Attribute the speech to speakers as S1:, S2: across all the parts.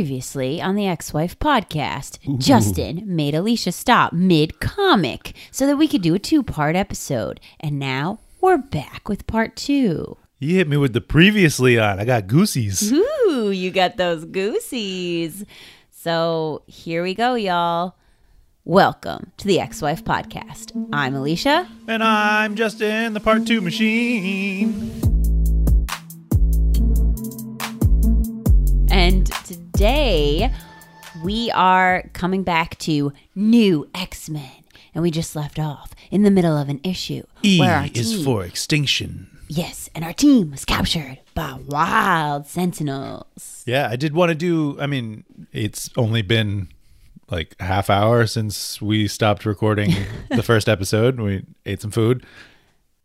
S1: Previously on the Ex Wife podcast, Justin made Alicia stop mid comic so that we could do a two part episode. And now we're back with part two.
S2: You hit me with the previously on. I got goosies.
S1: Ooh, you got those goosies. So here we go, y'all. Welcome to the Ex Wife podcast. I'm Alicia.
S2: And I'm Justin, the part two machine.
S1: And today we are coming back to new X Men. And we just left off in the middle of an issue.
S2: E
S1: where our
S2: is
S1: team-
S2: for extinction.
S1: Yes, and our team was captured by wild sentinels.
S2: Yeah, I did want to do, I mean, it's only been like a half hour since we stopped recording the first episode. We ate some food.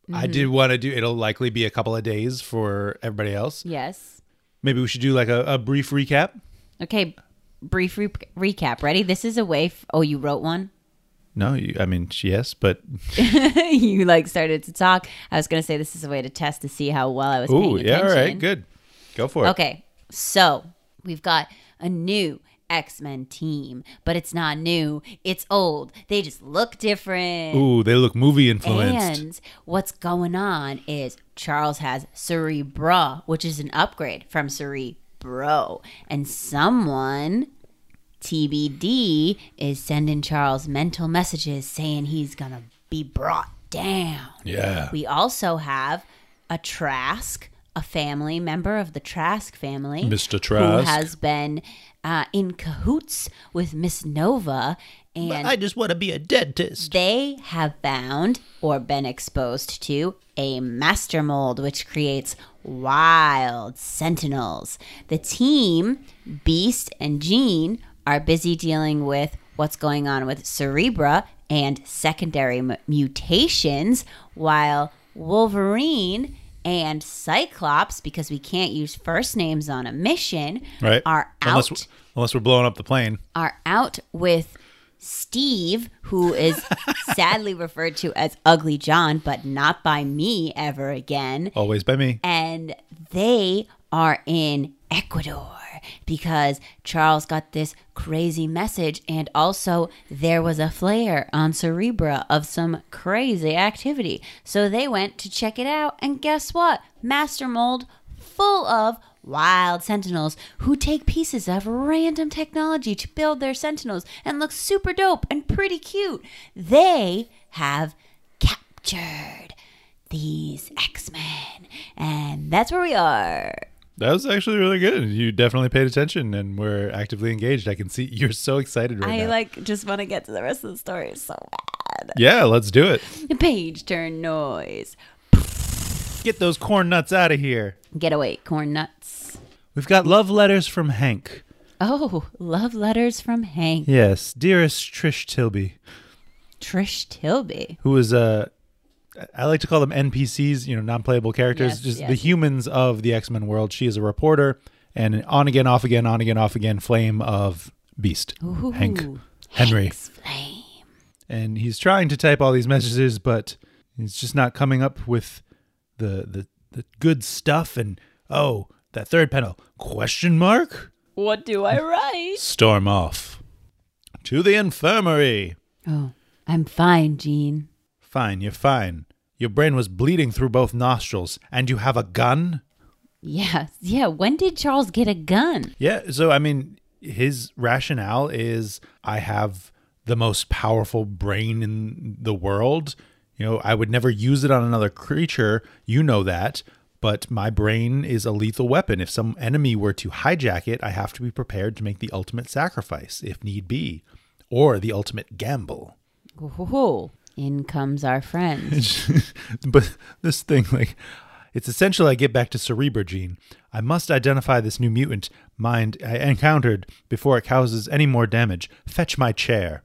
S1: Mm-hmm.
S2: I did want to do, it'll likely be a couple of days for everybody else.
S1: Yes.
S2: Maybe we should do like a, a brief recap.
S1: Okay, brief re- recap. Ready? This is a way. F- oh, you wrote one?
S2: No, you, I mean, yes, but
S1: you like started to talk. I was going to say this is a way to test to see how well I was
S2: oh,
S1: paying attention.
S2: yeah, all right, good. Go for it.
S1: Okay, so we've got a new X Men team, but it's not new, it's old. They just look different.
S2: Ooh, they look movie influenced.
S1: And what's going on is Charles has Cerebra, which is an upgrade from Cerebro. And someone, TBD, is sending Charles mental messages saying he's going to be brought down.
S2: Yeah.
S1: We also have a Trask, a family member of the Trask family.
S2: Mr. Trask.
S1: Who has been uh, in cahoots with Miss Nova. And
S2: just want to be a dentist.
S1: they have found or been exposed to a master mold which creates wild sentinels. The team, Beast and Jean, are busy dealing with what's going on with Cerebra and secondary m- mutations, while Wolverine and Cyclops, because we can't use first names on a mission,
S2: Right.
S1: are out
S2: unless, Unless we're blowing up the plane.
S1: are out with Steve, who is sadly referred to as Ugly John, but not by me ever again.
S2: Always by me.
S1: And they are in Ecuador because Charles got this crazy message. And also, there was a flare on Cerebra of some crazy activity. So they went to check it out. And guess what? Master Mold full of wild sentinels who take pieces of random technology to build their sentinels and look super dope and pretty cute. They have captured these X-Men. And that's where we are.
S2: That was actually really good. You definitely paid attention and were actively engaged. I can see you're so excited right
S1: I
S2: now.
S1: like just want to get to the rest of the story so bad.
S2: yeah, let's do it.
S1: Page turn noise.
S2: Get those corn nuts out of here.
S1: Get away, corn nuts.
S2: We've got love letters from Hank.
S1: Oh, love letters from Hank.
S2: Yes, dearest Trish Tilby,
S1: Trish Tilby.
S2: who is Uh, I like to call them NPCs, you know, non-playable characters,
S1: Yes,
S2: just
S1: yes.
S2: the humans of the X-Men world. She is a reporter and an on again, off again, on again, off again flame of Beast. Hank.
S1: Ooh,
S2: Henry.
S1: Hank's flame.
S2: and he's trying to type all these messages, but he's just not coming up with the the, the good stuff. And oh, that third panel question mark?
S1: What do I write?
S2: Storm off to the infirmary.
S1: Oh, I'm fine, Jean.
S2: Fine, you're fine. Your brain was bleeding through both nostrils, and you have a gun.
S1: Yes, yeah. When did Charles get a gun?
S2: Yeah. So I mean, his rationale is I have the most powerful brain in the world. You know, I would never use it on another creature. You know that. But my brain is a lethal weapon. If some enemy were to hijack it, I have to be prepared to make the ultimate sacrifice, if need be, or the ultimate gamble.
S1: Whoa. In comes our friend.
S2: but this thing, like, it's essential I get back to Cerebra Gene. I must identify this new mutant mind I encountered before it causes any more damage. Fetch my chair.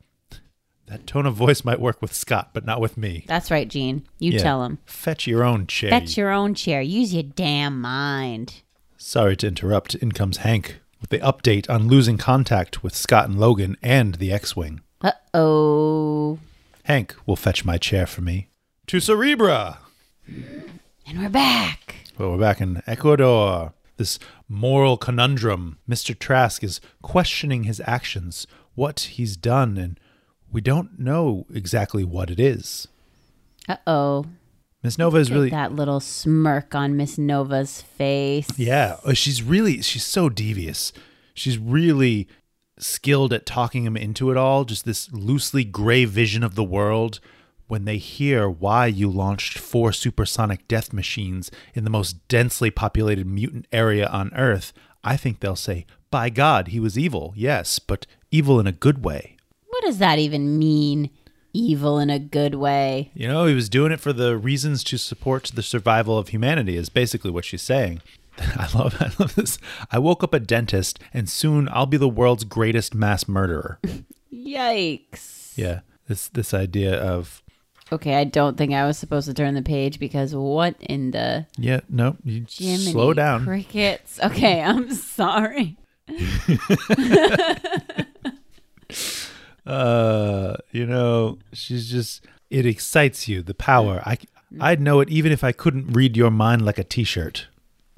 S2: That tone of voice might work with Scott, but not with me.
S1: That's right, Jean. You
S2: Yeah.
S1: tell him.
S2: Fetch your own chair.
S1: Fetch your own chair. Use your damn mind.
S2: Sorry to interrupt. In comes Hank with the update on losing contact with Scott and Logan and the X Wing.
S1: Uh oh.
S2: Hank will fetch my chair for me. To Cerebra!
S1: And we're back.
S2: Well, we're back in Ecuador. this moral conundrum. Mr. Trask is questioning his actions, what he's done, and we don't know exactly what it is.
S1: Uh oh.
S2: Miss Nova is really
S1: That little smirk on Miss Nova's face.
S2: Yeah, uh, she's really she's so devious. She's really skilled at talking him into it all, just this loosely gray vision of the world. When they hear why you launched four supersonic death machines in the most densely populated mutant area on Earth, I think they'll say, "By God, he was evil." Yes, but evil in a good way.
S1: What does that even mean? Evil in a good way.
S2: You know, he was doing it for the reasons to support the survival of humanity, is basically what she's saying. I love, I love this. I woke up a dentist, and soon I'll be the world's greatest mass murderer.
S1: Yikes.
S2: yeah, this this idea of
S1: Okay, I don't think I was supposed to turn the page because what in the
S2: yeah, no, you
S1: Jiminy
S2: slow down.
S1: Crickets. Okay, I'm sorry.
S2: uh, you know, she's just it excites you the power. I I'd know it even if I couldn't read your mind like a T-shirt.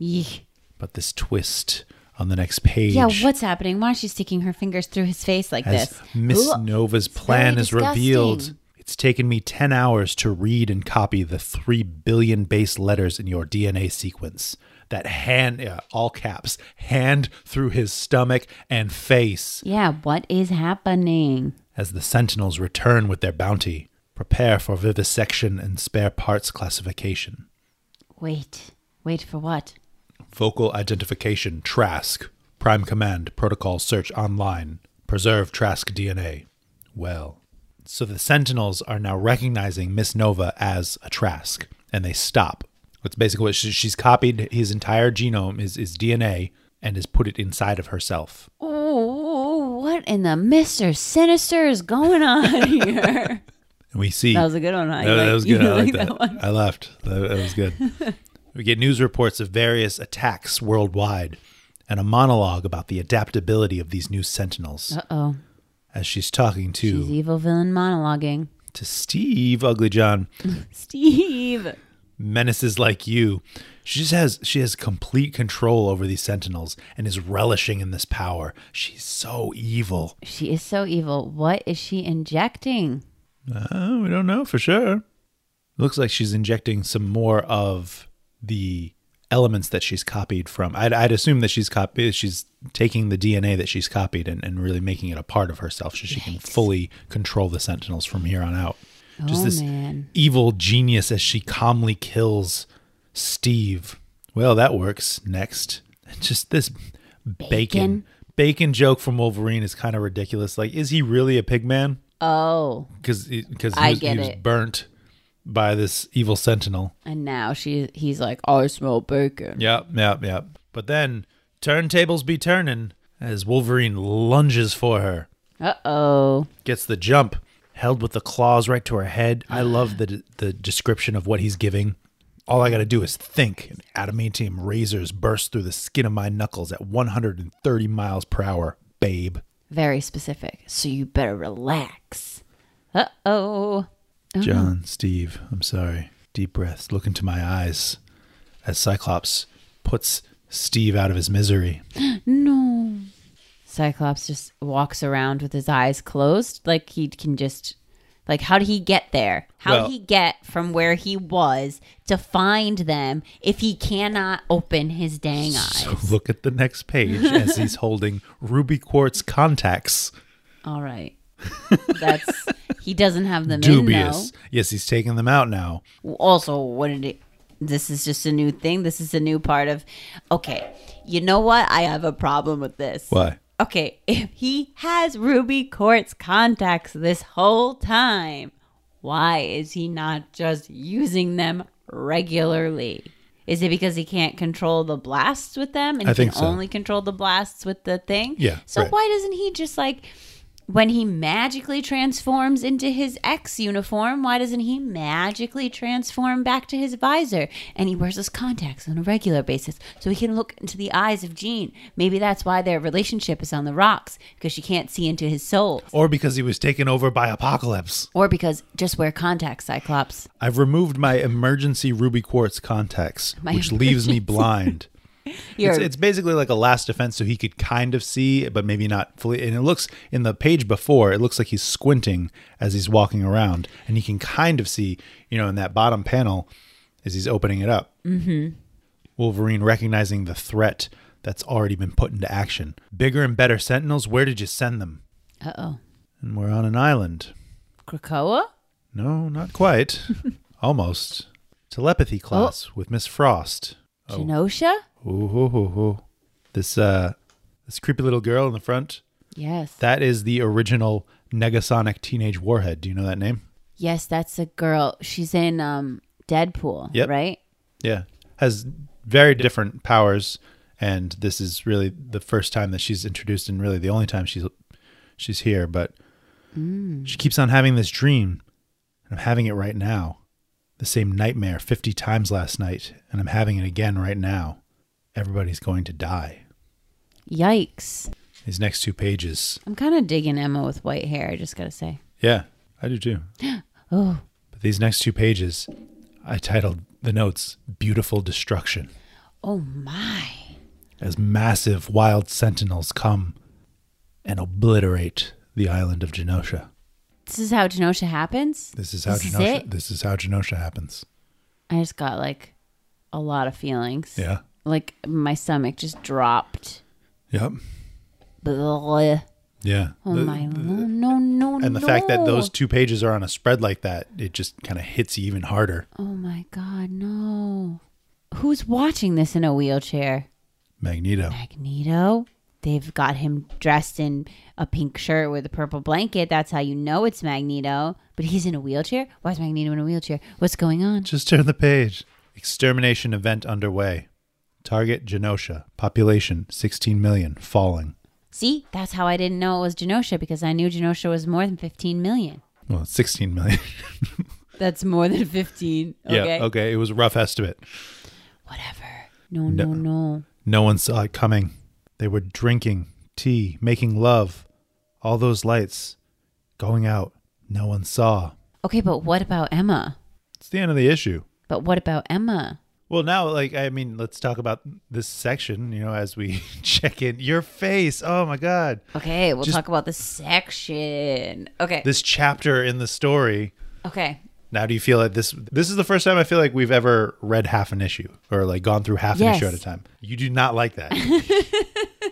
S1: Yeesh.
S2: But this twist on the next page.
S1: Yeah, what's happening? Why is she sticking her fingers through his face like
S2: As
S1: this?
S2: Miss
S1: Ooh,
S2: Nova's plan is
S1: disgusting.
S2: revealed, it's taken me 10 hours to read and copy the 3 billion base letters in your DNA sequence. That hand, yeah, all caps, hand through his stomach and face
S1: Yeah, what is happening?
S2: as the sentinels return with their bounty. Prepare for vivisection and spare parts classification.
S1: Wait. Wait for what?
S2: Vocal identification, Trask. Prime command, protocol search online. Preserve Trask DNA. Well. So the Sentinels are now recognizing Miss Nova as a Trask, and they stop. That's basically what she, she's copied his entire genome, his, his DNA, and has put it inside of herself.
S1: Oh, what in the Mr. Sinister is going on here?
S2: And we see.
S1: that was a good one. I
S2: No, that
S1: like-
S2: was good.
S1: you
S2: I
S1: like
S2: liked that. I laughed. That, that was good. we get news reports of various attacks worldwide and a monologue about the adaptability of these new Sentinels.
S1: Uh-oh.
S2: as she's talking
S1: She's e-
S2: to
S1: evil villain monologuing.
S2: to Steve Ugly John
S1: Steve.
S2: menaces like you. She just has she has complete control over these sentinels and is relishing in this power. She's so evil.
S1: She is so evil. What is she injecting?
S2: Uh, we don't know for sure. Looks like she's injecting some more of the elements that she's copied from. I'd, I'd assume that she's copied. She's taking the DNA that she's copied and, and really making it a part of herself, so she can fully control the Sentinels from here on out.
S1: Oh,
S2: Just this
S1: man.
S2: evil genius as she calmly kills Steve. Well, that works. Next, just this bacon
S1: Bacon?
S2: bacon, joke from Wolverine is kind of ridiculous. Like, is he really a pig man?
S1: Oh,
S2: because because
S1: I
S2: he, was, he
S1: get
S2: was
S1: it.
S2: burnt by this evil sentinel.
S1: and now she he's like, I smell bacon.
S2: Yep, yep, yep. But then turntables be turning as Wolverine lunges for her,
S1: Uh-oh.
S2: gets the jump, held with the claws right to her head. I love the the description of what he's giving. All I got to do is think. And adamantium razors burst through the skin of my knuckles at 130 miles per hour, babe.
S1: Very specific. So you better relax. Uh-oh.
S2: John, Steve, I'm sorry. Deep breaths. Look into my eyes as Cyclops puts Steve out of his misery.
S1: No. Cyclops just walks around with his eyes closed. Like he can just. Like, how did he get there? How
S2: Well-
S1: did he get from where he was to find them if he cannot open his dang eyes?
S2: So look at the next page as he's holding ruby quartz contacts.
S1: All right. That's. he doesn't have them
S2: Dubious. Yes, he's taking them out now.
S1: in, though. Also, what did it. This is just a new thing. This is a new part of. Okay. You know what? I have a problem with this.
S2: Why?
S1: Okay, if he has Ruby Quartz contacts this whole time, why is he not just using them regularly? Is it because he can't control the blasts with them and
S2: I
S1: he
S2: think
S1: can
S2: so.
S1: only control the blasts with the thing?
S2: Yeah,
S1: So
S2: right.
S1: why doesn't he just like when he magically transforms into his X uniform, why doesn't he magically transform back to his visor? And he wears his contacts on a regular basis so he can look into the eyes of Jean. Maybe that's why their relationship is on the rocks because she can't see into his soul.
S2: Or because he was taken over by Apocalypse.
S1: Or because just wear contacts, Cyclops.
S2: I've removed my emergency ruby quartz contacts,
S1: My
S2: which leaves me
S1: emergency.
S2: blind.
S1: You're
S2: It's, it's basically like a last defense, so he could kind of see, but maybe not fully. And it looks in the page before, it looks like he's squinting as he's walking around, and he can kind of see, you know, in that bottom panel as he's opening it up. Mm-hmm. Wolverine recognizing the threat that's already been put into action. Bigger and better Sentinels, where did you send them?
S1: uh oh,
S2: And we're on an island.
S1: Krakoa.
S2: No, not quite. Almost. Telepathy class with Miss Frost.
S1: Genosha?
S2: Ooh, hoo, hoo, hoo. This uh this creepy little girl in the front.
S1: Yes.
S2: That is the original Negasonic Teenage Warhead. Do you know that name?
S1: yes, that's a girl. She's in um Deadpool,
S2: Yep.
S1: right?
S2: Yeah. Has very different powers and this is really the first time that she's introduced and really the only time she's she's here, but she keeps on having this dream and I'm having it right now. The same nightmare 50 times last night and I'm having it again right now. Everybody's going to die.
S1: Yikes.
S2: These next two pages.
S1: I'm kind of digging Emma with white hair, I just got to say.
S2: Yeah, I do too.
S1: Oh,
S2: But these next two pages, I titled the notes Beautiful Destruction
S1: oh my.
S2: as massive wild sentinels come and obliterate the island of Genosha.
S1: This is how Genosha happens?
S2: This is how
S1: This is
S2: Genosha
S1: it?
S2: this is how Genosha happens.
S1: I just got like a lot of feelings.
S2: Yeah.
S1: Like my stomach just dropped.
S2: Yep.
S1: Blah.
S2: Yeah.
S1: Oh
S2: The-
S1: my no no no
S2: and the fact that
S1: no.
S2: those two pages are on a spread like that, it just kind of hits you even harder.
S1: Oh my god, no. Who's watching this in a wheelchair?
S2: Magneto.
S1: Magneto. They've got him dressed in a pink shirt with a purple blanket. That's how you know it's Magneto. But he's in a wheelchair? Why is Magneto in a wheelchair? What's going on?
S2: Just turn the page. Extermination event underway. Target Genosha. Population 16 million. Falling.
S1: See, that's how I didn't know it was Genosha because I knew Genosha was more than 15 million.
S2: Well, it's 16 million.
S1: That's more than 15. Okay.
S2: Yeah, uh, okay. It was a rough estimate.
S1: Whatever. No, no,
S2: No.
S1: no.
S2: No one saw it coming. They were drinking, tea, making love. All those lights going out. No one saw.
S1: Okay, but what about Emma?
S2: It's the end of the issue.
S1: But what about Emma?
S2: Well, now, like, I mean, let's talk about this section, you know, as we check in. Your face. Oh, my God.
S1: Okay, we'll
S2: Just-
S1: talk about the section. Okay.
S2: This chapter in the story.
S1: okay.
S2: Now, do you feel like this? This is the first time I feel like we've ever read half an issue or like gone through half an
S1: Yes.
S2: issue at a time. You do not like that.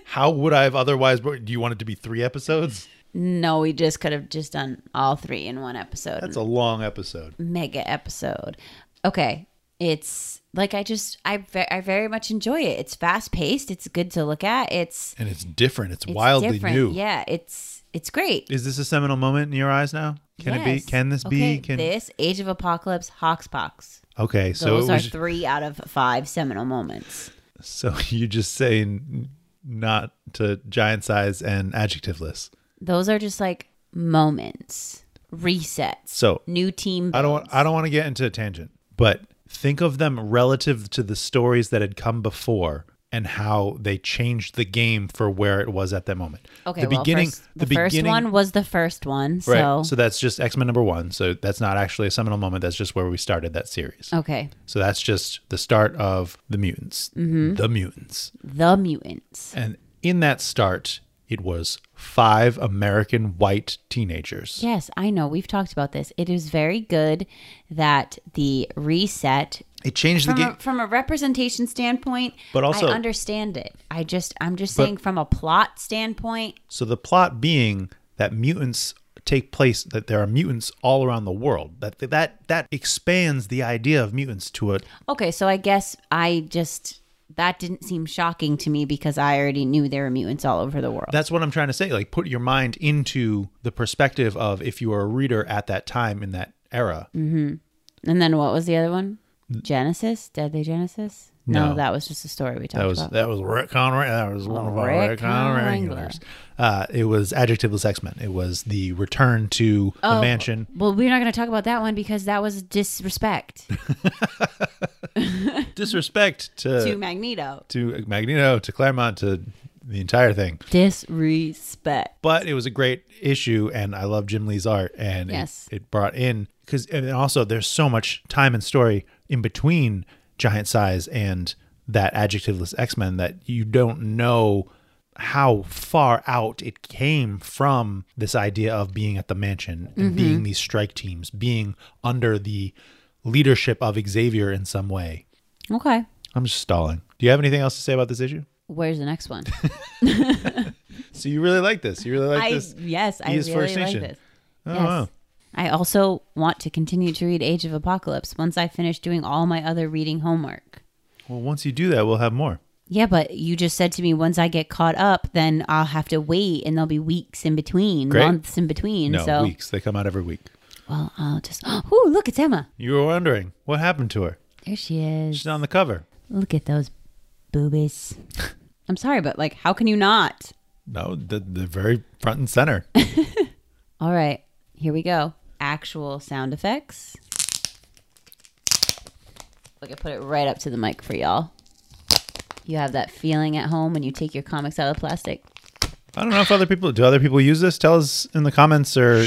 S2: How would I have otherwise? Do you want it to be three episodes?
S1: No, we just could have just done all three in one episode.
S2: That's a long episode.
S1: mega episode. Okay, it's like I just I ve- I very much enjoy it. It's fast paced. It's good to look at. It's,
S2: and it's different. It's,
S1: it's
S2: wildly
S1: different.
S2: new.
S1: Yeah, it's it's great.
S2: Is this a seminal moment in your eyes now? Can it be?
S1: Yes.
S2: Can this
S1: Okay,
S2: be? Can
S1: this Age of Apocalypse Hawkspox?
S2: okay? So it
S1: Those are
S2: was-
S1: three out of five seminal moments.
S2: so you just saying not to giant size and adjectiveless.
S1: Those are just like moments, resets.
S2: So-
S1: new team.
S2: I don't. want- I don't want to get into a tangent, but think of them relative to the stories that had come before and how they changed the game for where it was at that moment.
S1: Okay,
S2: the
S1: well,
S2: beginning.
S1: first- the, first one was the first one. So,
S2: Right. so that's just X Men number one. So that's not actually a seminal moment. That's just where we started that series.
S1: okay,
S2: So that's just the start of the mutants. The mutants.
S1: the mutants.
S2: And in that start, it was five American white teenagers.
S1: Yes, I know. We've talked about this. It is very good that the reset
S2: It changed the
S1: from a,
S2: game.
S1: from a representation standpoint,
S2: But also-
S1: I understand it. I just I'm just saying from a plot standpoint,
S2: So the plot being that mutants take place that there are mutants all around the world. That that that expands the idea of mutants to a
S1: okay, so I guess I just that didn't seem shocking to me because I already knew there were mutants all over the world.
S2: That's what I'm trying to say. Like, put your mind into the perspective of if you were a reader at that time in that era.
S1: and then what was the other one? Genesis? Deadly Genesis?
S2: No.
S1: that was just a story we talked
S2: That was
S1: about.
S2: that was retcon. Ra- That was one of our
S1: Retcon
S2: retcon regulars. Uh, it was adjectiveless X Men. It was the return to the mansion.
S1: Well, we're not going to talk about that one because that was disrespect
S2: Disrespect to
S1: to
S2: to,
S1: Magneto.
S2: Magneto, to Claremont, to the entire thing.
S1: Disrespect.
S2: But it was a great issue, and I love Jim Lee's art, and it-
S1: Yes.
S2: it, brought in because and also there's so much time and story in between Giant Size and that adjectiveless X Men that you don't know how far out it came from this idea of being at the mansion
S1: Mm-hmm.
S2: and being these strike teams, being under the leadership of Xavier in some way.
S1: Okay.
S2: I'm just stalling. Do you have anything else to say about this issue?
S1: Where's the next one?
S2: So you really like this. You really like
S1: I
S2: this.
S1: yes, I
S2: is
S1: really
S2: First
S1: like
S2: Nation.
S1: this.
S2: Oh,
S1: yes.
S2: wow.
S1: I also want to continue to read Age of Apocalypse once I finish doing all my other reading homework.
S2: Well, once you do that, we'll have more.
S1: Yeah, but you just said to me once I get caught up, then I'll have to wait and there'll be weeks in between,
S2: Great.
S1: months in between.
S2: No,
S1: so,
S2: weeks. They come out every week.
S1: well, I'll just Oh, look, it's Emma.
S2: You were wondering what happened to her.
S1: There she is.
S2: She's on the cover.
S1: Look at those boobies. I'm sorry, but like how can you not?
S2: No, the, the very front and center.
S1: All right, here we go. Actual sound effects. Look, I put it right up to the mic for y'all. You have that feeling at home when you take your comics out of plastic.
S2: I don't know if other people do. Other people use this. Tell us in the comments or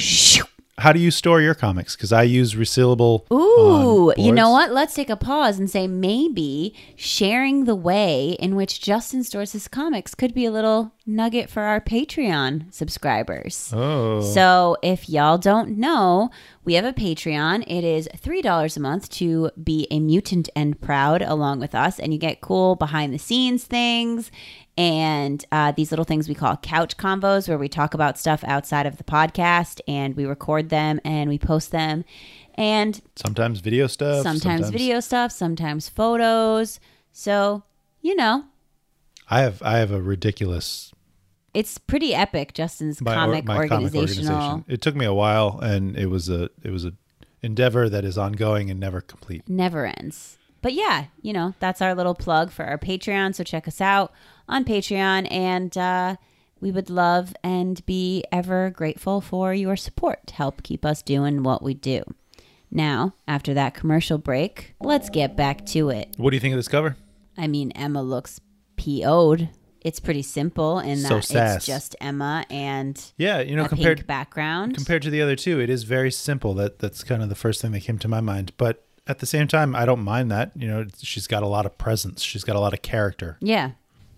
S2: how do you store your comics? Because I use resealable.
S1: Ooh,
S2: on
S1: you know
S2: boards.
S1: what? Let's take a pause and say maybe sharing the way in which Justin stores his comics could be a little nugget for our Patreon subscribers.
S2: Oh,
S1: So, if y'all don't know, we have a Patreon. It is $3 a month to be a mutant and proud along with us, and you get cool behind the scenes things and uh, these little things we call couch combos where we talk about stuff outside of the podcast and we record them and we post them. And
S2: sometimes video stuff.
S1: sometimes, video stuff, sometimes photos. So, you know,
S2: I have I have a ridiculous
S1: it's pretty epic, Justin's
S2: my, or-
S1: comic
S2: my comic
S1: organizational.
S2: organization. It took me a while, and it was a it was a endeavor that is ongoing and never complete.
S1: never ends. But yeah, you know, that's our little plug for our Patreon. So check us out on Patreon. And uh, we would love and be ever grateful for your support to help keep us doing what we do. Now, after that commercial break, let's get back to it.
S2: What do you think of this cover?
S1: I mean, Emma looks PO'd. It's pretty simple in
S2: So
S1: that
S2: sass.
S1: it's just Emma and
S2: Yeah, you know,
S1: a
S2: compared
S1: pink background.
S2: compared to the other two, it is very simple. That that's kind of the first thing that came to my mind. But at the same time, I don't mind that. You know, it's- she's got a lot of presence. She's got a lot of character.
S1: Yeah.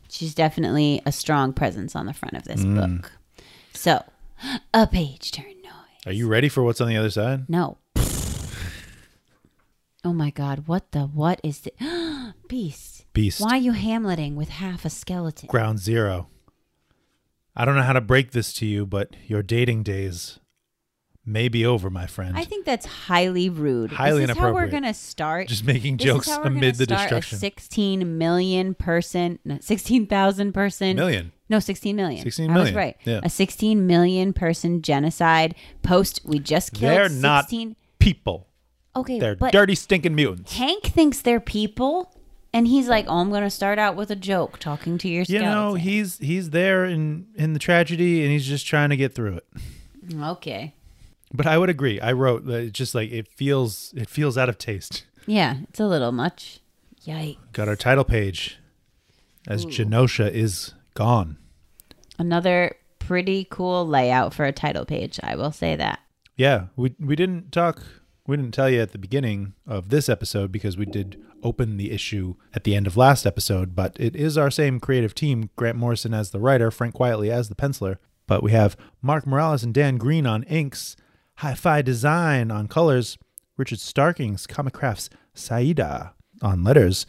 S1: She's definitely a strong presence on the front of this
S2: Mm.
S1: book. So, a page turn noise.
S2: Are you ready for what's on the other side?
S1: No. oh my God. What the? What is the? Beast.
S2: Beast.
S1: Why you Hamleting with half a skeleton?
S2: Ground zero. I don't know how to break this to you, but your dating days may be over, my friend.
S1: I think that's highly rude.
S2: Highly
S1: this is how we're
S2: inappropriate.
S1: going to start.
S2: Just making
S1: this is
S2: jokes
S1: how we're gonna
S2: amid the
S1: start
S2: destruction.
S1: A 16 million person, no, 16,000 person.
S2: Million.
S1: No, 16 million.
S2: 16
S1: I was
S2: million,
S1: right.
S2: yeah.
S1: A 16 million person genocide post. We just killed
S2: They're
S1: 16.
S2: not people.
S1: okay,
S2: They're
S1: but
S2: dirty, stinking mutants.
S1: Hank thinks they're people, and he's like, "Oh, I'm going to start out with a joke, talking to your
S2: You know,
S1: skeleton."
S2: he's he's there in in the tragedy, and he's just trying to get through it.
S1: okay.
S2: But I would agree. I wrote that it's just like it feels it feels out of taste.
S1: Yeah, it's a little much. Yikes.
S2: Got our title page as Genosha is gone.
S1: Another pretty cool layout for a title page. I will say that.
S2: Yeah, we we didn't talk we didn't tell you at the beginning of this episode because we did open the issue at the end of last episode, but it is our same creative team, Grant Morrison as the writer, Frank Quietly as the penciler, but we have Mark Morales and Dan Green on inks, Hi-Fi Design on colors, Richard Starkings, Comic Crafts, Saida on letters,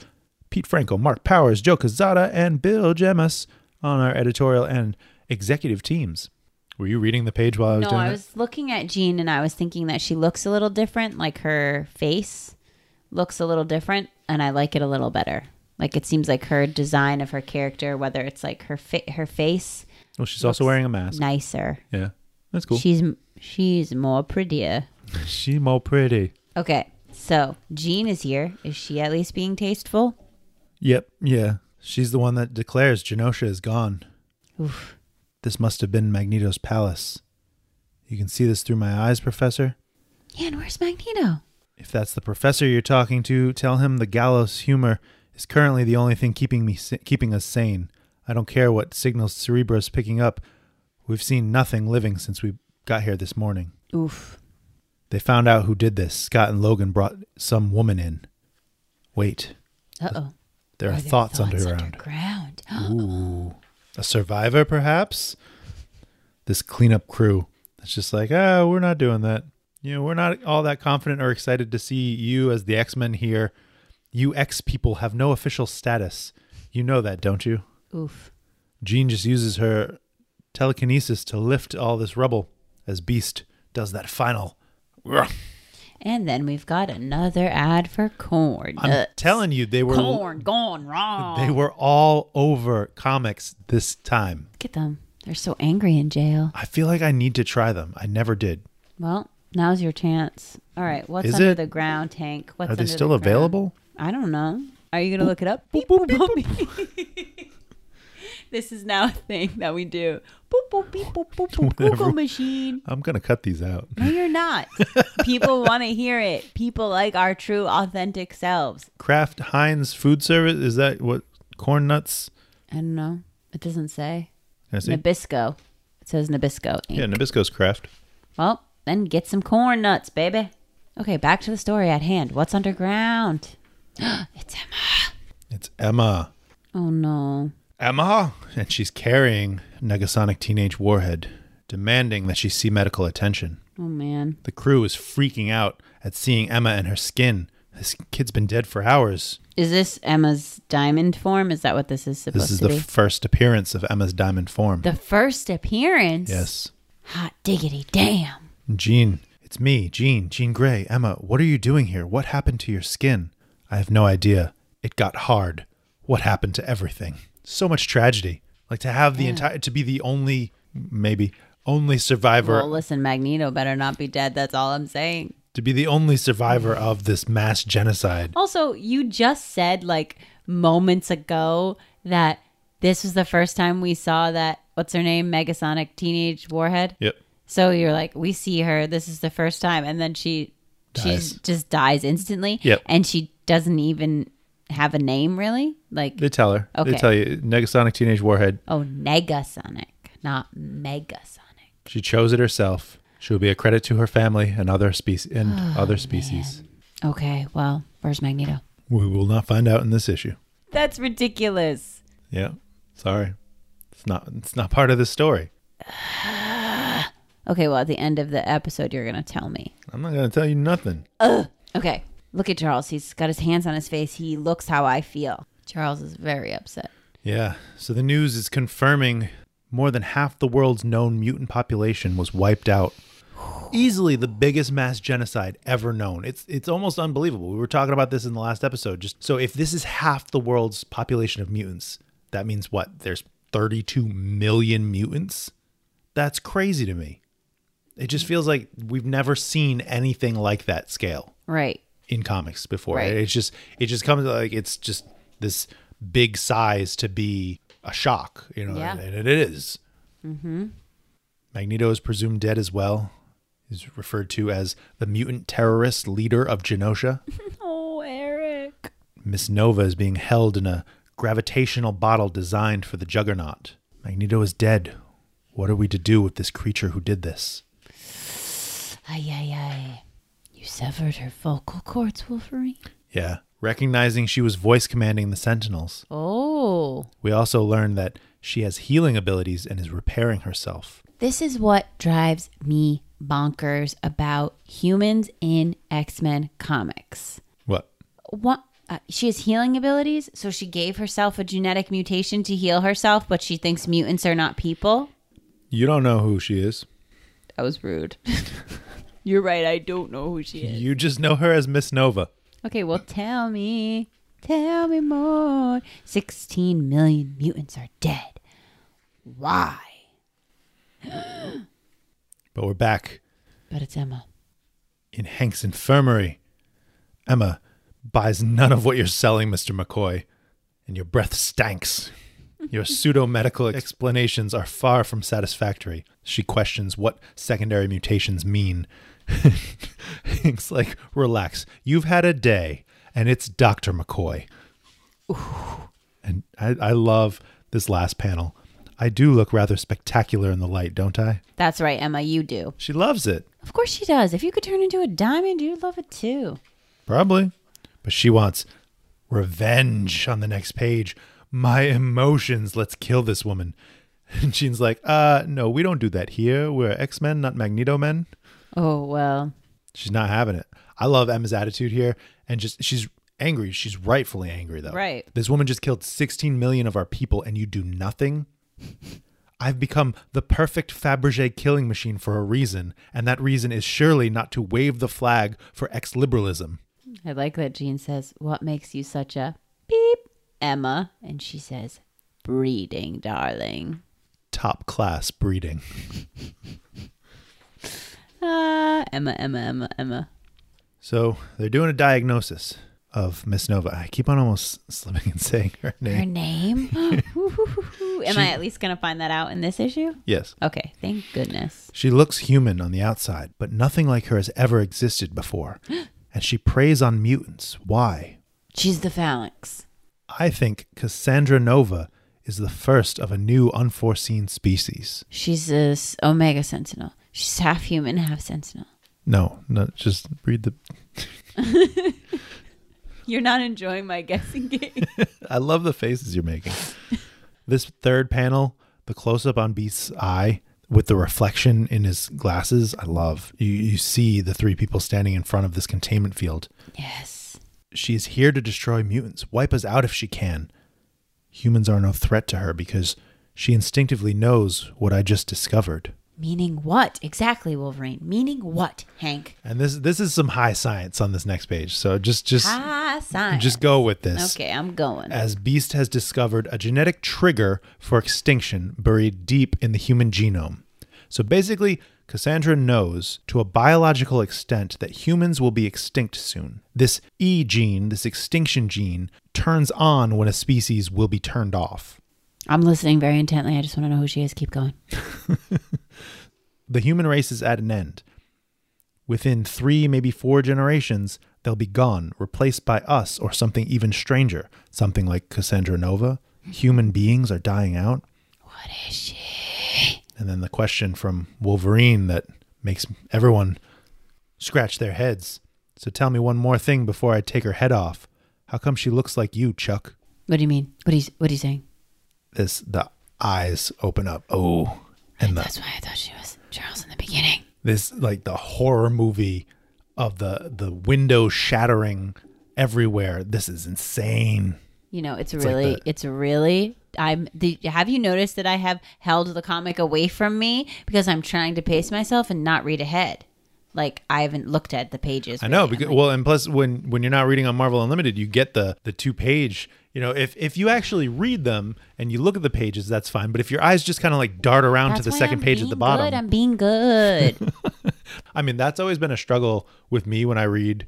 S2: Pete Franco, Mark Powers, Joe Cazada, and Bill Gemmis on our editorial and executive teams. Were you reading the page while I was
S1: no,
S2: doing
S1: I
S2: that?
S1: was looking at Jean and I was thinking that she looks a little different. Like her face looks a little different, and I like it a little better. Like it seems like her design of her character, whether it's like her fa- her face
S2: Well, she's also wearing a mask.
S1: nicer.
S2: Yeah, that's cool.
S1: She's she's more prettier.
S2: She more pretty.
S1: Okay, so Jean is here. Is she at least being tasteful?
S2: Yep. Yeah. She's the one that declares Genosha is gone.
S1: Oof.
S2: This must have been Magneto's palace. You can see this through my eyes, Professor.
S1: Yeah, and where's Magneto?
S2: If that's the professor you're talking to, tell him the gallows humor is currently the only thing keeping me sa- keeping us sane. I don't care what signals Cerebro's picking up. We've seen nothing living since we got here this morning.
S1: Oof.
S2: They found out who did this. Scott and Logan brought some woman in. Wait,
S1: Uh oh.
S2: Their,
S1: Or their
S2: thoughts, underground.
S1: underground.
S2: Ooh. A survivor, perhaps? This cleanup crew that's just like, ah, we're not doing that. You know, we're not all that confident or excited to see you as the X Men here. You X people have no official status. You know that, don't you?
S1: Oof.
S2: Jean just uses her telekinesis to lift all this rubble as Beast does that final. Ugh.
S1: And then we've got another ad for corn.
S2: I'm
S1: Uh,
S2: telling you, they were
S1: corn gone wrong.
S2: they were all over comics this time.
S1: Look at them. They're so angry in jail.
S2: I feel like I need to try them. I never did.
S1: Well, now's your chance. All right, what's
S2: Is
S1: under
S2: it?
S1: the ground, Tank? What's
S2: Are they
S1: under the
S2: still
S1: ground?
S2: available?
S1: I don't know. Are you gonna look it up? Beep, boop, boop, beep. this is now a thing that we do. Boop boop beep boop boop boop. Google
S2: Whatever.
S1: machine.
S2: I'm gonna cut these out.
S1: No, you're not. People want to hear it. People like our true, authentic selves.
S2: Kraft Heinz food service is that what corn nuts?
S1: I don't know. It doesn't say
S2: Can I see?
S1: Nabisco. It says Nabisco. Inc.
S2: yeah, Nabisco's Kraft.
S1: Well, then get some corn nuts, baby. Okay, back to the story at hand. What's underground? it's Emma.
S2: It's Emma.
S1: Oh no.
S2: Emma, and she's carrying Negasonic Teenage Warhead, demanding that she see medical attention.
S1: Oh man.
S2: The crew is freaking out at seeing Emma and her skin. This kid's been dead for hours.
S1: Is this Emma's diamond form? Is that what this is supposed
S2: This is
S1: to
S2: the
S1: be?
S2: first appearance of Emma's diamond form.
S1: the first appearance.
S2: yes.
S1: Hot diggity damn.
S2: Jean, it's me, Jean, Jean Grey. Emma, what are you doing here? What happened to your skin? I have no idea. It got hard. What happened to everything? So much tragedy. Like to have the entire, to be the only, maybe, only survivor,
S1: Well, listen, Magneto better not be dead. That's all I'm saying.
S2: to be the only survivor of this mass genocide.
S1: Also, you just said like moments ago that this was the first time we saw that what's her name? Megasonic teenage warhead.
S2: Yep.
S1: So you're like, we see her. This is the first time, and then she
S2: Dies.
S1: she just dies instantly.
S2: Yep.
S1: And she doesn't even have a name, really. Like,
S2: They tell her. They
S1: Okay.
S2: tell you, Negasonic Teenage Warhead,
S1: oh, Negasonic, not Megasonic.
S2: she chose it herself. She will be a credit to her family and other species and
S1: Oh,
S2: other species.
S1: Okay. Well, where's Magneto?
S2: We will not find out in this issue.
S1: That's ridiculous.
S2: Yeah. Sorry. It's not it's not part of the story.
S1: Okay. Well, at the end of the episode, you're gonna tell me.
S2: I'm not going to tell you nothing.
S1: Okay. Look at Charles. He's got his hands on his face. He looks how I feel. Charles is very upset.
S2: Yeah. So the news is confirming more than half the world's known mutant population was wiped out. Easily the biggest mass genocide ever known. It's it's almost unbelievable. We were talking about this in the last episode. Just so if this is half the world's population of mutants, that means what? There's 32 million mutants? That's crazy to me. It just feels like we've never seen anything like that scale.
S1: Right.
S2: in comics before.
S1: Right.
S2: It's just it just comes like it's just this big size to be a shock, you know,
S1: Yeah. Mm-hmm.
S2: and it is. Magneto is presumed dead as well. He's referred to as the mutant terrorist leader of Genosha.
S1: Oh, Eric.
S2: Miss Nova is being held in a gravitational bottle designed for the Juggernaut. Magneto is dead. What are we to do with this creature who did this?
S1: Ay, ay, ay. You severed her vocal cords, Wolverine.
S2: Yeah. Recognizing she was voice commanding the Sentinels,
S1: Oh.
S2: We also learn that she has healing abilities and is repairing herself.
S1: This is what drives me bonkers about humans in X Men comics.
S2: What?
S1: What? Uh, she has healing abilities, so she gave herself a genetic mutation to heal herself, but she thinks mutants are not people.
S2: You don't know who she is.
S1: That was rude. You're right. I don't know who she
S2: You just know her as Miss Nova.
S1: Okay, well, tell me. Tell me more. 16 million mutants are dead. Why?
S2: But we're back
S1: But it's Emma.
S2: in Hank's infirmary. Emma buys none of what you're selling, Mr. McCoy, and your breath stanks. Your pseudo medical explanations are far from satisfactory. She questions what secondary mutations mean. Hank's like, relax, you've had a day, and it's Dr. McCoy. And I, I love this last panel. I do look rather spectacular in the light, don't I?
S1: That's right, Emma, you do.
S2: She loves it.
S1: Of course she does. If you could turn into a diamond, you'd love it too.
S2: Probably. But she wants revenge on the next page. My emotions, let's kill this woman. And Jean's like, uh, no, we don't do that here. We're X Men, not Magneto Men.
S1: Oh, well.
S2: She's not having it. I love Emma's attitude here. And just, she's angry. She's rightfully angry, though.
S1: Right.
S2: This woman just killed 16 million of our people, and you do nothing. I've become the perfect Fabergé killing machine for a reason, and that reason is surely not to wave the flag for ex liberalism.
S1: I like that Jean says, What makes you such a beep, Emma? And she says, Breeding, darling.
S2: Top class breeding.
S1: Ah, Emma, Emma, Emma, Emma.
S2: So they're doing a diagnosis of Miss Nova. I keep on almost slipping and saying her
S1: Her
S2: name.
S1: name? Woo-hoo-hoo-hoo. Am I at least going to find that out in this issue?
S2: Yes.
S1: Okay, thank goodness.
S2: She looks human on the outside, but nothing like her has ever existed before. and she preys on mutants. Why?
S1: She's the phalanx.
S2: I think Cassandra Nova is the first of a new unforeseen species.
S1: She's this Omega Sentinel. She's half human, half Sentinel.
S2: No, no, just read the.
S1: You're not enjoying my guessing game.
S2: I love the faces you're making. this third panel, the close up on Beast's eye with the reflection in his glasses, I love. You, you see the three people standing in front of this containment field.
S1: yes.
S2: She's here to destroy mutants, wipe us out if she can. Humans are no threat to her because she instinctively knows what I just discovered.
S1: Meaning what? Exactly, Wolverine. Meaning what, Hank?
S2: And this this is some high science on this next page. So just just
S1: Ah, sign.
S2: just go with this.
S1: Okay, I'm going.
S2: as Beast has discovered a genetic trigger for extinction buried deep in the human genome. So basically, Cassandra knows to a biological extent that humans will be extinct soon. This E gene, this extinction gene, turns on when a species will be turned off.
S1: I'm listening very intently. I just want to know who she is. Keep going.
S2: The human race is at an end. Within three, maybe four generations, they'll be gone, replaced by us or something even stranger, something like Cassandra Nova. Human beings are dying out.
S1: What is she?
S2: And then the question from Wolverine that makes everyone scratch their heads. So tell me one more thing before I take her head off. How come she looks like you, Chuck?
S1: What do you mean? What are you, what are you saying?
S2: This the eyes open up. Oh, and the
S1: That's why I thought she was Charles in the beginning.
S2: this like the horror movie of the the window shattering everywhere. This is insane.
S1: You know, it's,
S2: like
S1: really,
S2: that.
S1: it's really. I'm. The, have you noticed that I have held the comic away from me because I'm trying to pace myself and not read ahead? Like I haven't looked at the pages.
S2: I know
S1: really.
S2: because well, and plus when when you're not reading on Marvel Unlimited, you get the the two page. You know, if if you actually read them and you look at the pages, that's fine. But if your eyes just kind of like dart around
S1: That's
S2: to the
S1: why
S2: second
S1: I'm
S2: page at the
S1: being
S2: bottom,
S1: Good. I'm being good.
S2: I mean, that's always been a struggle with me when I read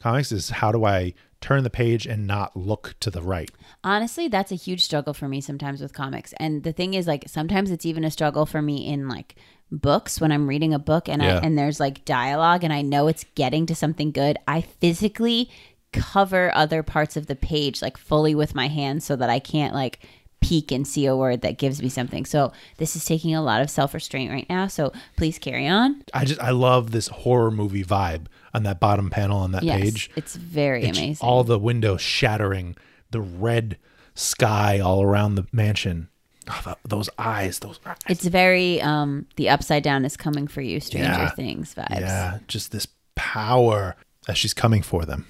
S2: comics is how do I turn the page and not look to the right?
S1: Honestly, that's a huge struggle for me sometimes with comics. And the thing is like sometimes it's even a struggle for me in like books when I'm reading a book and
S2: Yeah.
S1: I and there's like dialogue and I know it's getting to something good. I physically cover other parts of the page like fully with my hands so that I can't like peek and see a word that gives me something. So this is taking a lot of self-restraint right now. So please carry on.
S2: I just I love this horror movie vibe on that bottom panel on that
S1: Yes.
S2: page.
S1: It's very amazing.
S2: All the windows shattering, the red sky all around the mansion. Oh, th- those eyes, those eyes.
S1: it's very um the upside down is coming for you, Stranger
S2: Yeah.
S1: Things vibes.
S2: Yeah, just this power as she's coming for them.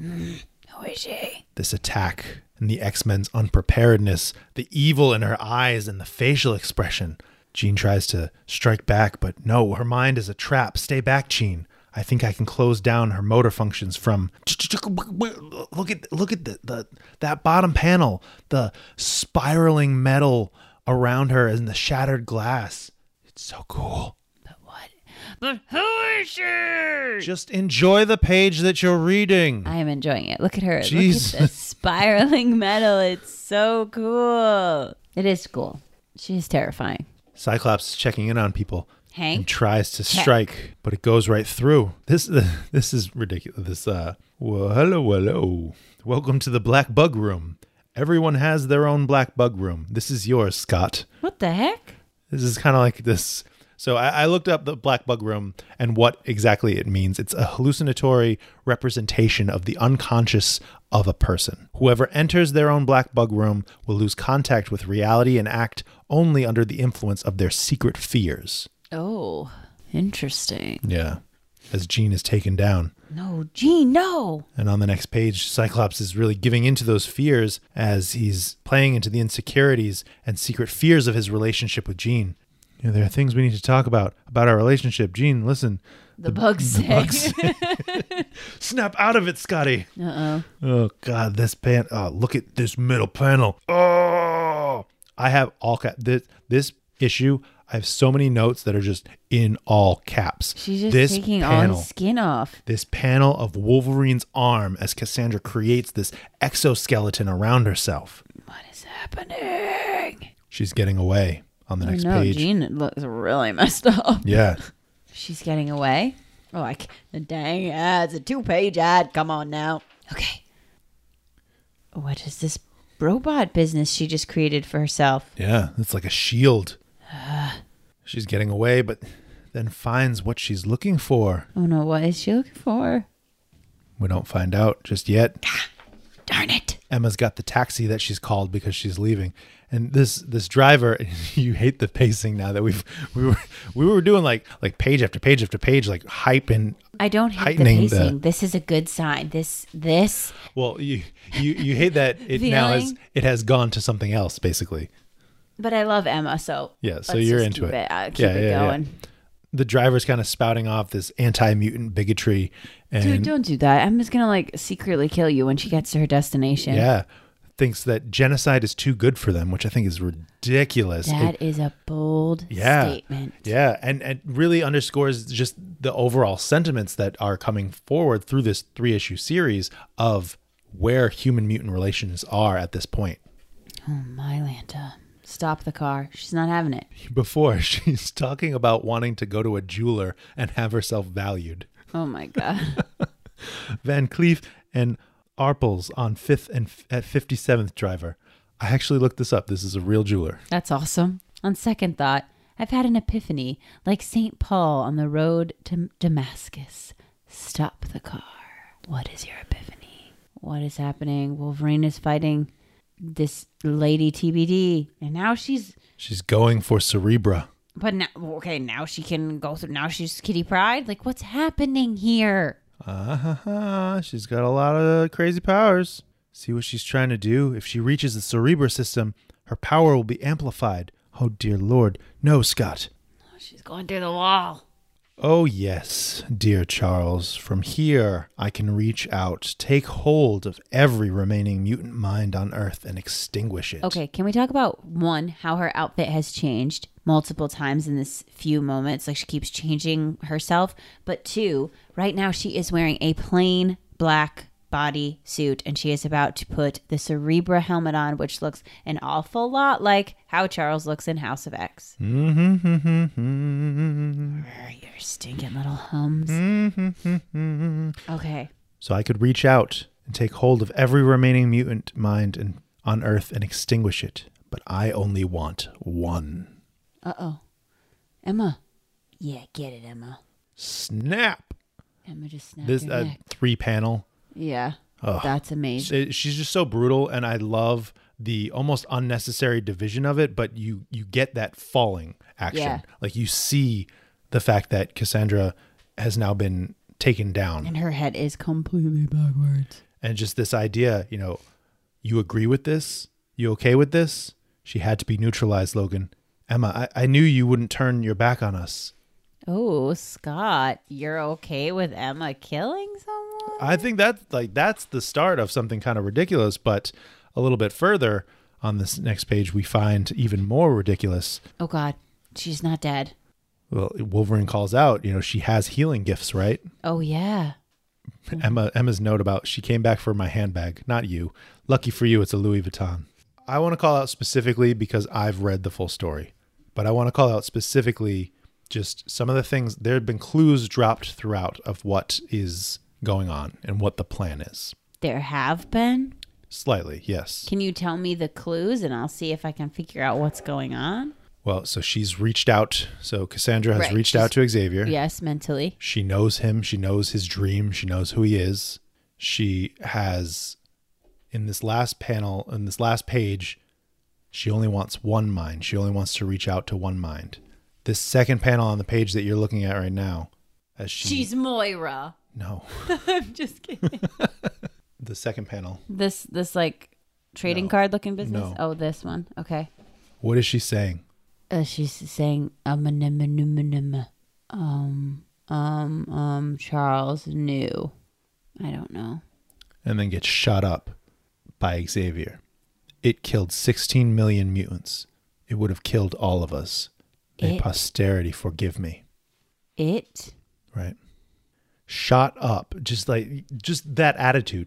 S1: Who is she?
S2: This attack and the X Men's unpreparedness, the evil in her eyes and the facial expression. Jean tries to strike back, but no, her mind is a trap. Stay back, Jean. I think I can close down her motor functions from. Look at look at the, the that bottom panel, the spiraling metal around her and the shattered glass. It's so cool.
S1: But who is she?
S2: Just enjoy the page that you're reading.
S1: I am enjoying it. Look at her.
S2: Jeez.
S1: Look at the spiraling metal. It's so cool. It is cool. She's terrifying.
S2: Cyclops is checking in on people. and
S1: Hank,
S2: tries to strike, but it goes right through. This this is ridiculous. This uh, well, hello, hello, welcome to the black bug room. Everyone has their own black bug room. This is yours, Scott.
S1: what the heck?
S2: This is kind of like this So I, I looked up the black bug room and what exactly it means. It's a hallucinatory representation of the unconscious of a person. Whoever enters their own black bug room will lose contact with reality and act only under the influence of their secret fears.
S1: Oh, interesting.
S2: Yeah. As Jean is taken down.
S1: No, Gene, no.
S2: And on the next page, Cyclops is really giving into those fears as he's playing into the insecurities and secret fears of his relationship with Jean. You know, there are things we need to talk about about our relationship. Jean, listen.
S1: The bugs say.
S2: Bugs. Snap out of it, Scotty.
S1: Uh-oh.
S2: Oh God, this pan. Oh, look at this middle panel. Oh, I have all cap. This this issue, I have so many notes that are just in all caps.
S1: She's just
S2: this
S1: taking
S2: panel,
S1: all the skin off.
S2: this panel of Wolverine's arm as Cassandra creates this exoskeleton around herself.
S1: What is happening?
S2: She's getting away on the next
S1: Oh, no,
S2: page.
S1: Jean looks really messed up.
S2: Yeah,
S1: She's getting away. Oh, I can dang ad. It's a two-page ad. Come on now. Okay. What is this robot business she just created for herself?
S2: yeah, it's like a shield. she's getting away, but then finds what she's looking for.
S1: Oh no, what is she looking for?
S2: We don't find out just yet.
S1: Darn it.
S2: Emma's got the taxi that she's called because she's leaving. And this this driver, you hate the pacing now that we've we were we were doing like like page after page after page, like hype and
S1: I don't hate
S2: Heightening
S1: the
S2: the-
S1: pacing. This is a good sign. This this
S2: well, you you you hate that it now has
S1: Feeling.
S2: it has gone to something else basically.
S1: but I love Emma, so
S2: Yeah, so
S1: let's
S2: you're
S1: just
S2: into
S1: keep
S2: it.
S1: it, uh, keep
S2: Yeah,
S1: it
S2: yeah, yeah.
S1: going.
S2: The driver's kind of spouting off this anti mutant bigotry and
S1: Dude, don't do that. I'm just gonna like secretly kill you when she gets to her destination.
S2: yeah thinks that genocide is too good for them, which I think is ridiculous. It-
S1: That is a bold statement.
S2: Yeah, and and really underscores just the overall sentiments that are coming forward through this three issue series of where human mutant relations are at this point.
S1: Oh my Lanta. Stop the car. She's not having it.
S2: Before she's talking about wanting to go to a jeweler and have herself valued.
S1: Oh my god.
S2: Van Cleef and Arpels on fifth and f- at fifty seventh driver. I actually looked this up. This is a real jeweler.
S1: That's awesome. On second thought, I've had an epiphany, like St. Paul on the road to Damascus. Stop the car. What is your epiphany? What is happening? Wolverine is fighting this lady TBD, and now she's.
S2: She's going for Cerebra.
S1: But now, okay, now she can go through. Now she's Kitty Pride. Like, what's happening here?
S2: Ah, ha, ha. she's got a lot of crazy powers. See what she's trying to do? If she reaches the Cerebra system, her power will be amplified. Oh, dear Lord. No, Scott.
S1: She's going through the wall.
S2: Oh, yes, dear Charles. From here, I can reach out, take hold of every remaining mutant mind on Earth, and extinguish it.
S1: Okay, can we talk about one how her outfit has changed multiple times in this few moments? Like she keeps changing herself. But two, right now she is wearing a plain black body suit and she is about to put the Cerebra helmet on, which looks an awful lot like how Charles looks in House of X.
S2: Mm-hmm,
S1: Brr, Your stinking little hums. Mm-hmm.
S2: mm-hmm,
S1: Okay.
S2: So I could reach out and take hold of every remaining mutant mind and, on Earth and extinguish it. But I only want one.
S1: Uh oh. Emma. Yeah, get it, Emma.
S2: Snap!
S1: Emma just snapped
S2: this
S1: her
S2: uh,
S1: neck.
S2: three panel.
S1: Yeah. That's amazing.
S2: It- she's just so brutal, and I love the almost unnecessary division of it. But you you get that falling action,
S1: Yeah.
S2: like you see the fact that Cassandra has now been taken down,
S1: And her head is completely backwards.
S2: and just this idea, you know, you agree with this, you okay with this? She had to be neutralized, Logan. Emma, I, I knew you wouldn't turn your back on us.
S1: Oh, Scott, you're okay with Emma killing someone?
S2: I think that's like that's the start of something kind of ridiculous, but a little bit further on this next page we find even more ridiculous.
S1: Oh, God. She's not dead.
S2: Well, Wolverine calls out, you know, she has healing gifts, right?
S1: Oh, yeah.
S2: Emma Emma's note about she came back for my handbag, not you. Lucky for you it's a Louis Vuitton. I want to call out specifically because I've read the full story, but I want to call out specifically just some of the things there have been clues dropped throughout of what is going on and what the plan is.
S1: There have been.
S2: Slightly, yes.
S1: Can you tell me the clues and I'll see if I can figure out what's going on?
S2: Well, so she's reached out. So Cassandra has
S1: Right,
S2: reached out to Xavier.
S1: Yes, mentally.
S2: She knows him. She knows his dream. She knows who he is. She has, in this last panel, in this last page, she only wants one mind. She only wants to reach out to one mind. This second panel on the page that you're looking at right now, as she
S1: She's Moira.
S2: no,
S1: I'm just kidding.
S2: the second panel.
S1: this this like trading card looking business.
S2: No.
S1: Oh, this one. Okay.
S2: What is she saying?
S1: Uh, she's saying um um, um um um um Charles knew. I don't know.
S2: and then gets shot up by Xavier. It killed 16 million mutants. It would have killed all of us. May
S1: It-
S2: posterity forgive me.
S1: It
S2: Right. Shot up, just like just that attitude,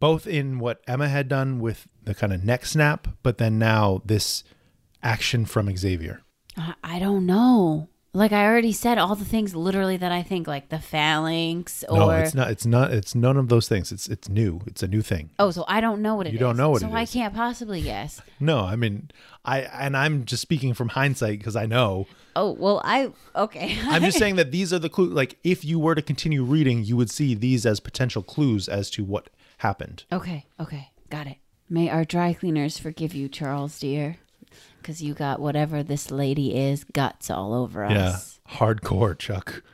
S2: both in what Emma had done with the kind of neck snap, but then now this action from Xavier.
S1: I, Uh, I don't know. Like I already said all the things literally that I think like the phalanx or
S2: no, it's not. It's not. It's none of those things. It's it's new. It's a new thing.
S1: Oh, so I don't know what it is.
S2: You don't know what
S1: so
S2: it
S1: I
S2: is.
S1: can't possibly guess.
S2: No, I mean, I and I'm just speaking from hindsight because I know.
S1: Oh, well, I okay.
S2: I'm just saying that these are the clues. Like, if you were to continue reading, you would see these as potential clues as to what happened.
S1: Okay, okay, got it. May our dry cleaners forgive you, Charles, dear, because you got whatever this lady is guts all over us.
S2: Hardcore, Chuck.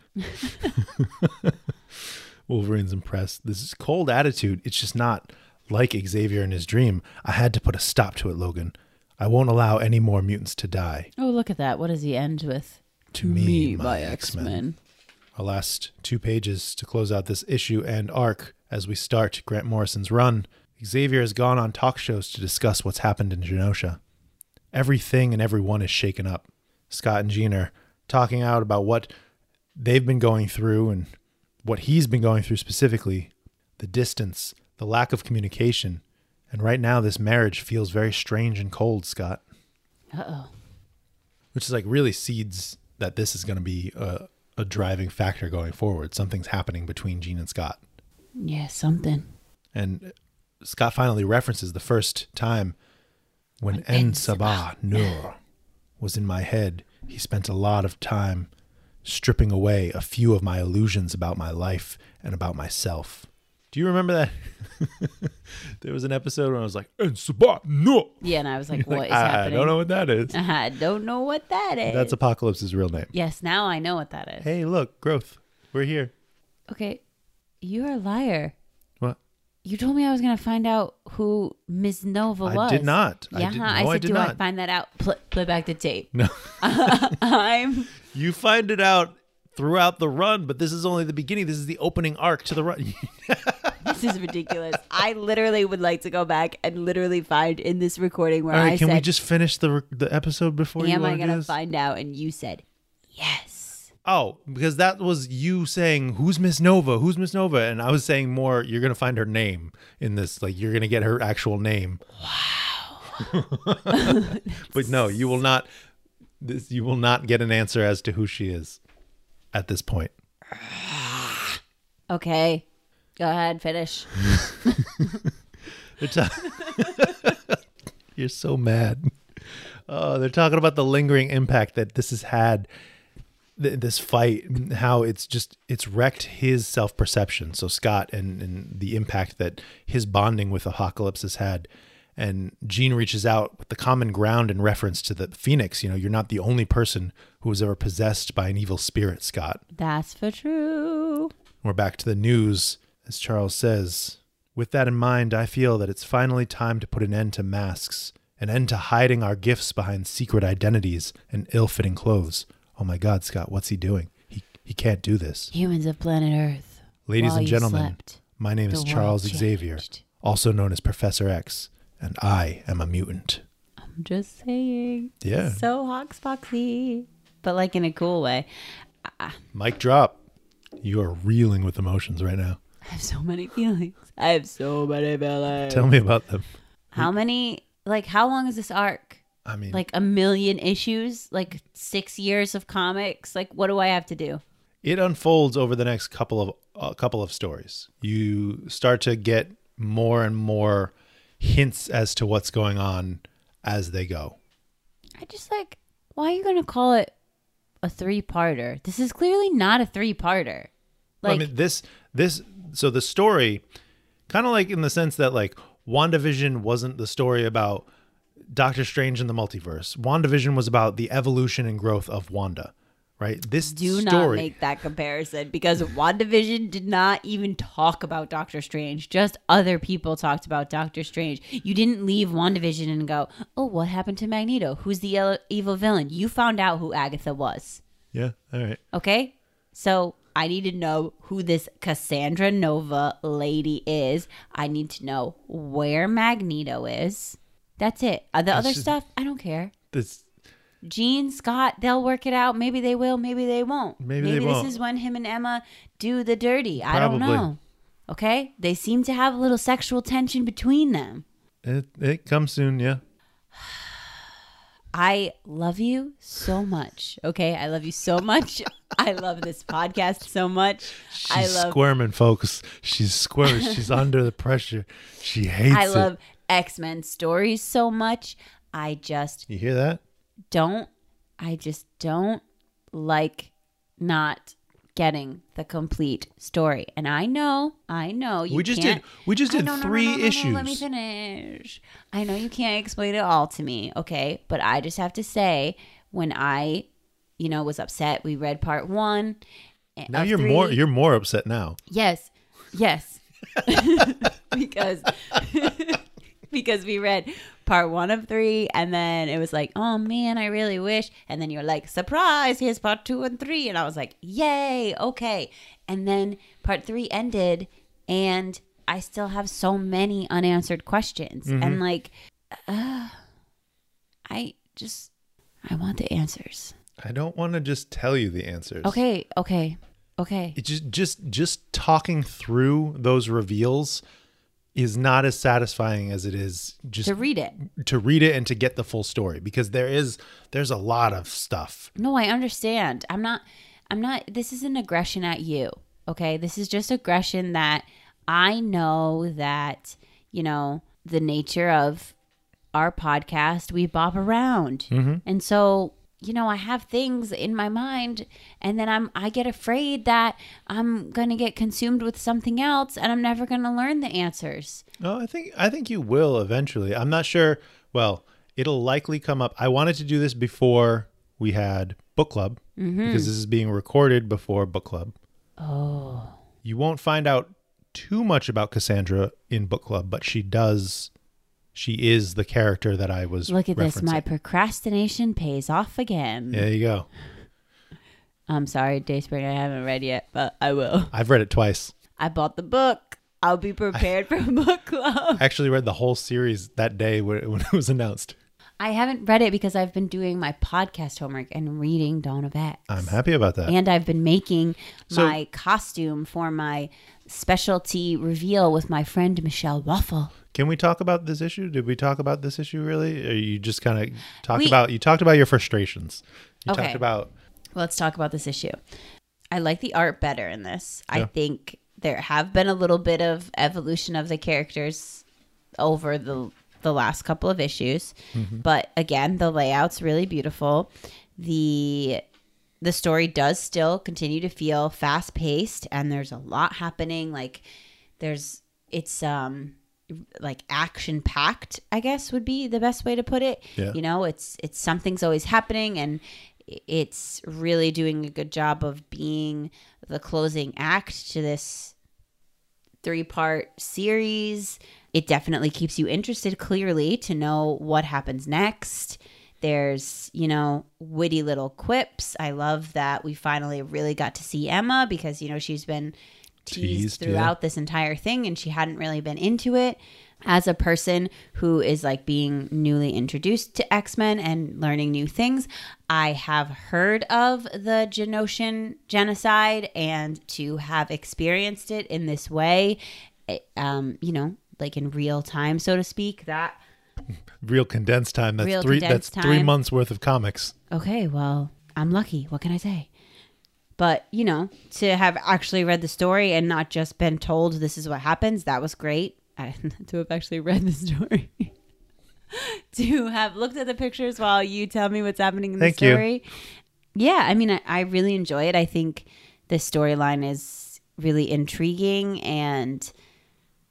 S2: Wolverine's impressed. This is cold attitude. It's just not like Xavier in his dream. I had to put a stop to it, Logan. I won't allow any more mutants to die.
S1: Oh, look at that. What does he end with?
S2: To me, my X-Men. Our last two pages to close out this issue and arc as we start Grant Morrison's run. Xavier has gone on talk shows to discuss what's happened in Genosha. Everything and everyone is shaken up. Scott and Jean are talking out about what they've been going through and what he's been going through specifically the distance, the lack of communication. And right now, this marriage feels very strange and cold, Scott
S1: Uh oh.
S2: which is like really seeds that this is going to be a, a driving factor going forward. Something's happening between Gene and Scott.
S1: Yeah, something.
S2: And Scott finally references the first time when En Sabah Nur was in my head. He spent a lot of time stripping away a few of my illusions about my life and about myself. Do you remember that? there was an episode when I was like, En Sabah Nur.
S1: Yeah, and I was like, what is
S2: I, I
S1: happening?
S2: don't know what that is.
S1: I don't know what that is.
S2: That's Apocalypse's real name.
S1: yes, now I know what that is.
S2: Hey, look, growth. We're here.
S1: Okay, you're a liar.
S2: What?
S1: You told me I was going to find out who Ms. Nova
S2: I
S1: was.
S2: did not. I
S1: Yeah,
S2: did-
S1: huh?
S2: no, I
S1: said,
S2: did
S1: do I
S2: not."
S1: find that out? Pl- play back the tape.
S2: No.
S1: I'm
S2: You find it out throughout the run, but this is only the beginning. This is the opening arc to the run.
S1: This is ridiculous. I literally would like to go back and literally find in this recording where
S2: All
S1: I
S2: right, can
S1: said,
S2: we just finish the the episode before you
S1: "Am I
S2: want to do
S1: gonna
S2: this?
S1: find out?" And you said, "Yes."
S2: oh, because that was you saying, "Who's Miss Nova? Who's Miss Nova?" And I was saying more, "You're gonna find her name in this. Like, you're gonna get her actual name." Wow. but no, you will not. This you will not get an answer as to who she is at this point.
S1: Okay, go ahead, finish.
S2: They're ta- uh, You're so mad. Oh, they're talking about the lingering impact that this has had, th- this fight, and how it's just it's wrecked his self perception. So Scott and and the impact that his bonding with Apocalypse has had. And Gene reaches out with the common ground in reference to the Phoenix. You know, you're not the only person who was ever possessed by an evil spirit, Scott.
S1: That's for true.
S2: We're back to the news, as Charles says. With that in mind, I feel that it's finally time to put an end to masks, an end to hiding our gifts behind secret identities and ill fitting clothes. Oh my God, Scott, what's he doing? He, he can't do this.
S1: Humans of planet Earth,
S2: Ladies
S1: While
S2: and
S1: you
S2: gentlemen,
S1: slept,
S2: my name
S1: the
S2: is
S1: world
S2: Charles Xavier,
S1: changed.
S2: also known as Professor X, and I am a mutant.
S1: I'm just saying.
S2: Yeah.
S1: So hoxpoxy, but like in a cool way.
S2: Mic drop. You are reeling with emotions right now.
S1: I have so many feelings. I have so many feelings.
S2: Tell me about them.
S1: how many? Like, how long is this arc?
S2: I mean,
S1: like a million issues, like six years of comics. Like, what do I have to do?
S2: it unfolds over the next couple of a couple of stories. You start to get more and more hints as to what's going on as they go.
S1: I just like Why are you going to call it a three parter? This is clearly not a three parter. Like,
S2: I mean, this this so the story, kind of like in the sense that like WandaVision wasn't the story about Doctor Strange and the multiverse. WandaVision was about the evolution and growth of Wanda, right? This
S1: do not
S2: story,
S1: make that comparison because WandaVision did not even talk about Doctor Strange. Just other people talked about Doctor Strange. You didn't leave WandaVision and go, oh, what happened to Magneto? Who's the el- evil villain? You found out who Agatha was.
S2: yeah, all right.
S1: Okay? So I need to know who this Cassandra Nova lady is. I need to know where Magneto is. That's it. Uh, The other
S2: just-
S1: stuff, I don't care.
S2: This
S1: Gene, Scott, they'll work it out. Maybe they will, maybe they won't.
S2: Maybe they won't.
S1: this is when him and Emma do the dirty. I don't
S2: Probably.
S1: know. Okay? They seem to have a little sexual tension between them.
S2: it, it comes soon, yeah.
S1: I love you so much. Okay? I love you so much. I love this podcast so much. I
S2: She's
S1: love
S2: squirming, folks. She's squirming. She's under the pressure. She hates
S1: I
S2: it.
S1: love X-Men stories so much. I just
S2: You hear that?
S1: don't I just don't like not getting the complete story. And I know, I know you
S2: we just
S1: can't-
S2: did. We just
S1: I-
S2: did
S1: no, no, no,
S2: three
S1: no, no, no,
S2: issues.
S1: let me finish. I know you can't explain it all to me, okay? But I just have to say, when I, you know, was upset, we read part one. a-
S2: now
S1: of
S2: you're
S1: three.
S2: more. You're more upset now.
S1: Yes. Yes. because because we read part 1 of 3 and then it was like, "Oh man, I really wish." And then you're like, "Surprise, here's part 2 and 3." And I was like, "Yay, okay." And then part 3 ended and I still have so many unanswered questions. And like uh, I just I want the answers.
S2: I don't want to just tell you the answers.
S1: Okay, okay. Okay.
S2: It just just just talking through those reveals is not as satisfying as it is just
S1: To read it.
S2: to read it and to get the full story because there is there's a lot of stuff.
S1: No, I understand. I'm not I'm not this isn't aggression at you. Okay? This is just aggression that I know that, you know, the nature of our podcast, we bop around. And so, you know, I have things in my mind and then I'm I get afraid that I'm going to get consumed with something else and I'm never going to learn the answers.
S2: No, I think I think you will eventually. I'm not sure. Well, it'll likely come up. I wanted to do this before we had book club
S1: Mm-hmm.
S2: because this is being recorded before book club.
S1: Oh.
S2: You won't find out too much about Cassandra in book club, but she does. She is the character that I was.
S1: Look at this. My
S2: referencing.
S1: procrastination pays off again.
S2: There you go.
S1: I'm sorry, Dayspring, I haven't read yet, but I will.
S2: I've read it twice.
S1: I bought the book. I'll be prepared for book club.
S2: I actually read the whole series that day when when it was announced.
S1: I haven't read it because I've been doing my podcast homework and reading Dawn of X.
S2: I'm happy about that.
S1: and I've been making
S2: So-
S1: my costume for my specialty reveal with my friend Michelle Waffle.
S2: Can we talk about this issue? Did we talk about this issue really? Or you just kind of talked
S1: We-
S2: about you talked about your frustrations. You
S1: Okay.
S2: talked about
S1: Let's talk about this issue. I like the art better in this. I
S2: Yeah.
S1: think there have been a little bit of evolution of the characters over the the last couple of issues. But again, the layout's really beautiful. The the story does still continue to feel fast paced and there's a lot happening like there's it's um like action packed i guess would be the best way to put it
S2: Yeah.
S1: you know it's it's something's always happening and it's really doing a good job of being the closing act to this three part series it definitely keeps you interested clearly to know what happens next there's you know witty little quips i love that we finally really got to see emma because you know she's been teased
S2: Teased, yeah.
S1: throughout this entire thing and she hadn't really been into it as a person who is like being newly introduced to x-men and learning new things i have heard of the genosian genocide and to have experienced it in this way it, um, you know like in real time so to speak that
S2: real condensed time. That's
S1: Real
S2: three that's
S1: condensed
S2: three
S1: time.
S2: months worth of comics.
S1: okay, well, I'm lucky. What can I say? But, you know, to have actually read the story and not just been told this is what happens, that was great. I, to have actually read the story. to have looked at the pictures while you tell me what's happening in
S2: Thank
S1: the
S2: you.
S1: story. Yeah, I mean, I, I really enjoy it. I think the storyline is really intriguing and,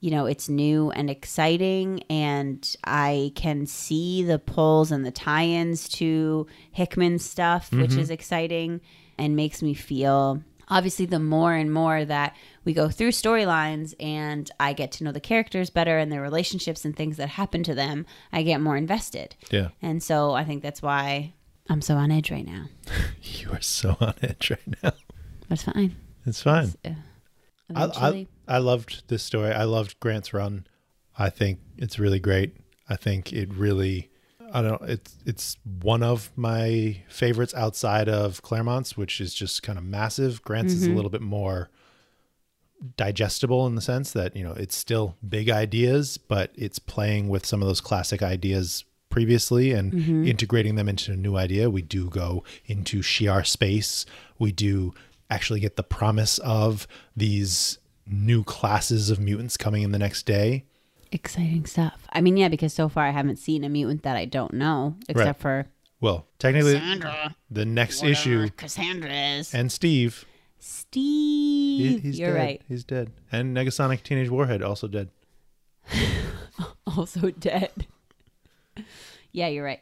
S1: you know, it's new and exciting. And I can see the pulls and the tie ins to Hickman stuff,
S2: Mm-hmm.
S1: which is exciting and makes me feel. Obviously, the more and more that we go through storylines and I get to know the characters better and their relationships and things that happen to them, I get more invested.
S2: Yeah.
S1: And so I think that's why I'm so on edge right now.
S2: You are so on edge right now.
S1: That's fine. uh,
S2: It's fine. I, I,
S1: Eventually.
S2: I loved this story. I loved Grant's run. I think it's really great. I think it really, I don't. It's it's one of my favorites outside of Claremont's, which is just kind of massive. Grant's
S1: Mm-hmm.
S2: is a little bit more digestible in the sense that you know it's still big ideas, but it's playing with some of those classic ideas previously and
S1: Mm-hmm.
S2: integrating them into a new idea. We do go into Shiar space. We do actually get the promise of these new classes of mutants coming in the next day.
S1: Exciting stuff. I mean, yeah, because so far I haven't seen a mutant that I don't know, except for
S2: Well, technically,
S1: Cassandra.
S2: the next
S1: whatever
S2: issue
S1: Cassandra is.
S2: and Steve. he-
S1: Steve.
S2: he's
S1: You're
S2: dead.
S1: right.
S2: He's dead. And Negasonic Teenage Warhead also dead.
S1: Also dead. yeah, you're right.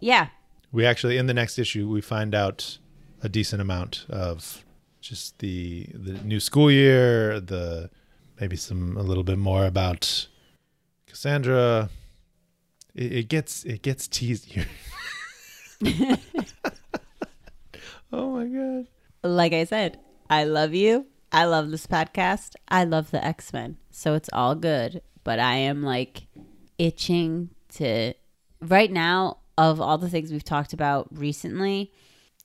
S1: Yeah.
S2: we actually in the next issue we find out a decent amount of just the the new school year the maybe some a little bit more about cassandra it, it gets it gets teased here oh my god
S1: Like I said, I love you. I love this podcast. I love the X Men. So it's all good. But I am like itching to. Right now, of all the things we've talked about recently,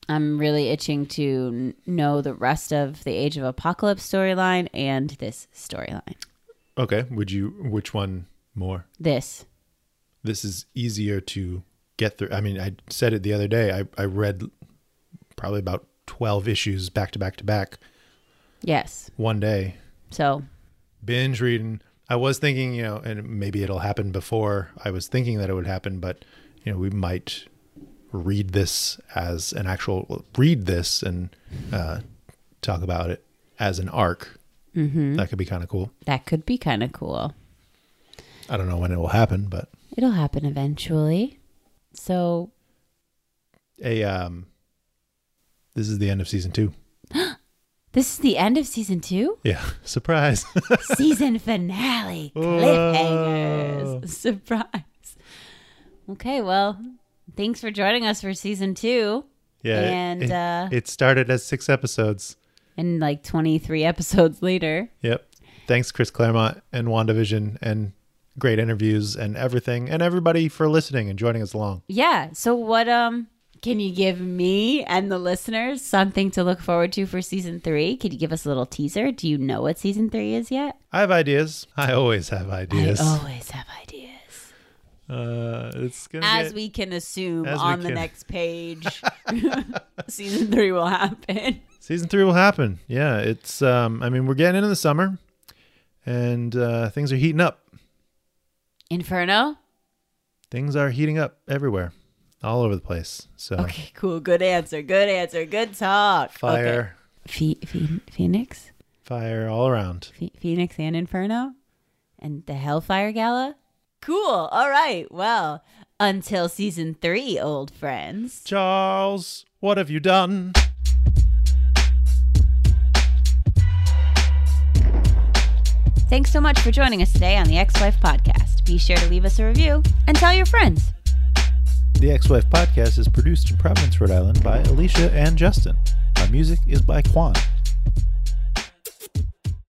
S1: I'm really itching to n- know the rest of the Age of Apocalypse storyline and this storyline.
S2: okay would you which one more
S1: This.
S2: this is easier to get through i mean i said it the other day i, I read probably about 12 issues back to back to back
S1: Yes.
S2: one day
S1: So
S2: binge reading. I was thinking, you know, and maybe it'll happen before I was thinking that it would happen, but you know, we might read this as an actual read this and uh, talk about it as an arc. Mm-hmm. That could be kind of cool.
S1: that could be kind of cool.
S2: I don't know when it will happen, but
S1: It'll happen eventually. So
S2: a um, this is the end of season two.
S1: this is the end of season two?
S2: Yeah, surprise.
S1: season finale cliffhangers. Surprise. Okay, well, thanks for joining us for season two
S2: yeah, it-
S1: And,
S2: it,
S1: uh,
S2: it started as six episodes.
S1: and like 23 episodes later.
S2: Yep. Thanks, Chris Claremont and WandaVision and great interviews and everything and everybody for listening and joining us along.
S1: Yeah. So, what, um, can you give me and the listeners something to look forward to for season three? Could you give us a little teaser? Do you know what season three is yet?
S2: I have ideas. I always have ideas.
S1: I always have ideas.
S2: Uh, it's gonna
S1: As
S2: get-
S1: we can assume
S2: As we
S1: on the
S2: can.
S1: next page, season three will happen.
S2: season three will happen. Yeah, it's. Um, I mean, we're getting into the summer, and uh, things are heating up.
S1: Inferno?
S2: Things are heating up everywhere, all over the place. So
S1: Okay, cool. Good answer. Good answer. Good talk. Okay.
S2: fire,
S1: Phe- Phe- Phoenix?
S2: fire all around.
S1: Phe- Phoenix and Inferno? And the Hellfire Gala? Cool. All right. Well, until season three, old friends.
S2: Charles, what have you done?
S1: Thanks so much for joining us today on the Ex Wife Podcast. Be sure to leave us a review and tell your friends.
S2: The Ex Wife Podcast is produced in Providence, Rhode Island by Alicia and Justin. Our music is by Quan.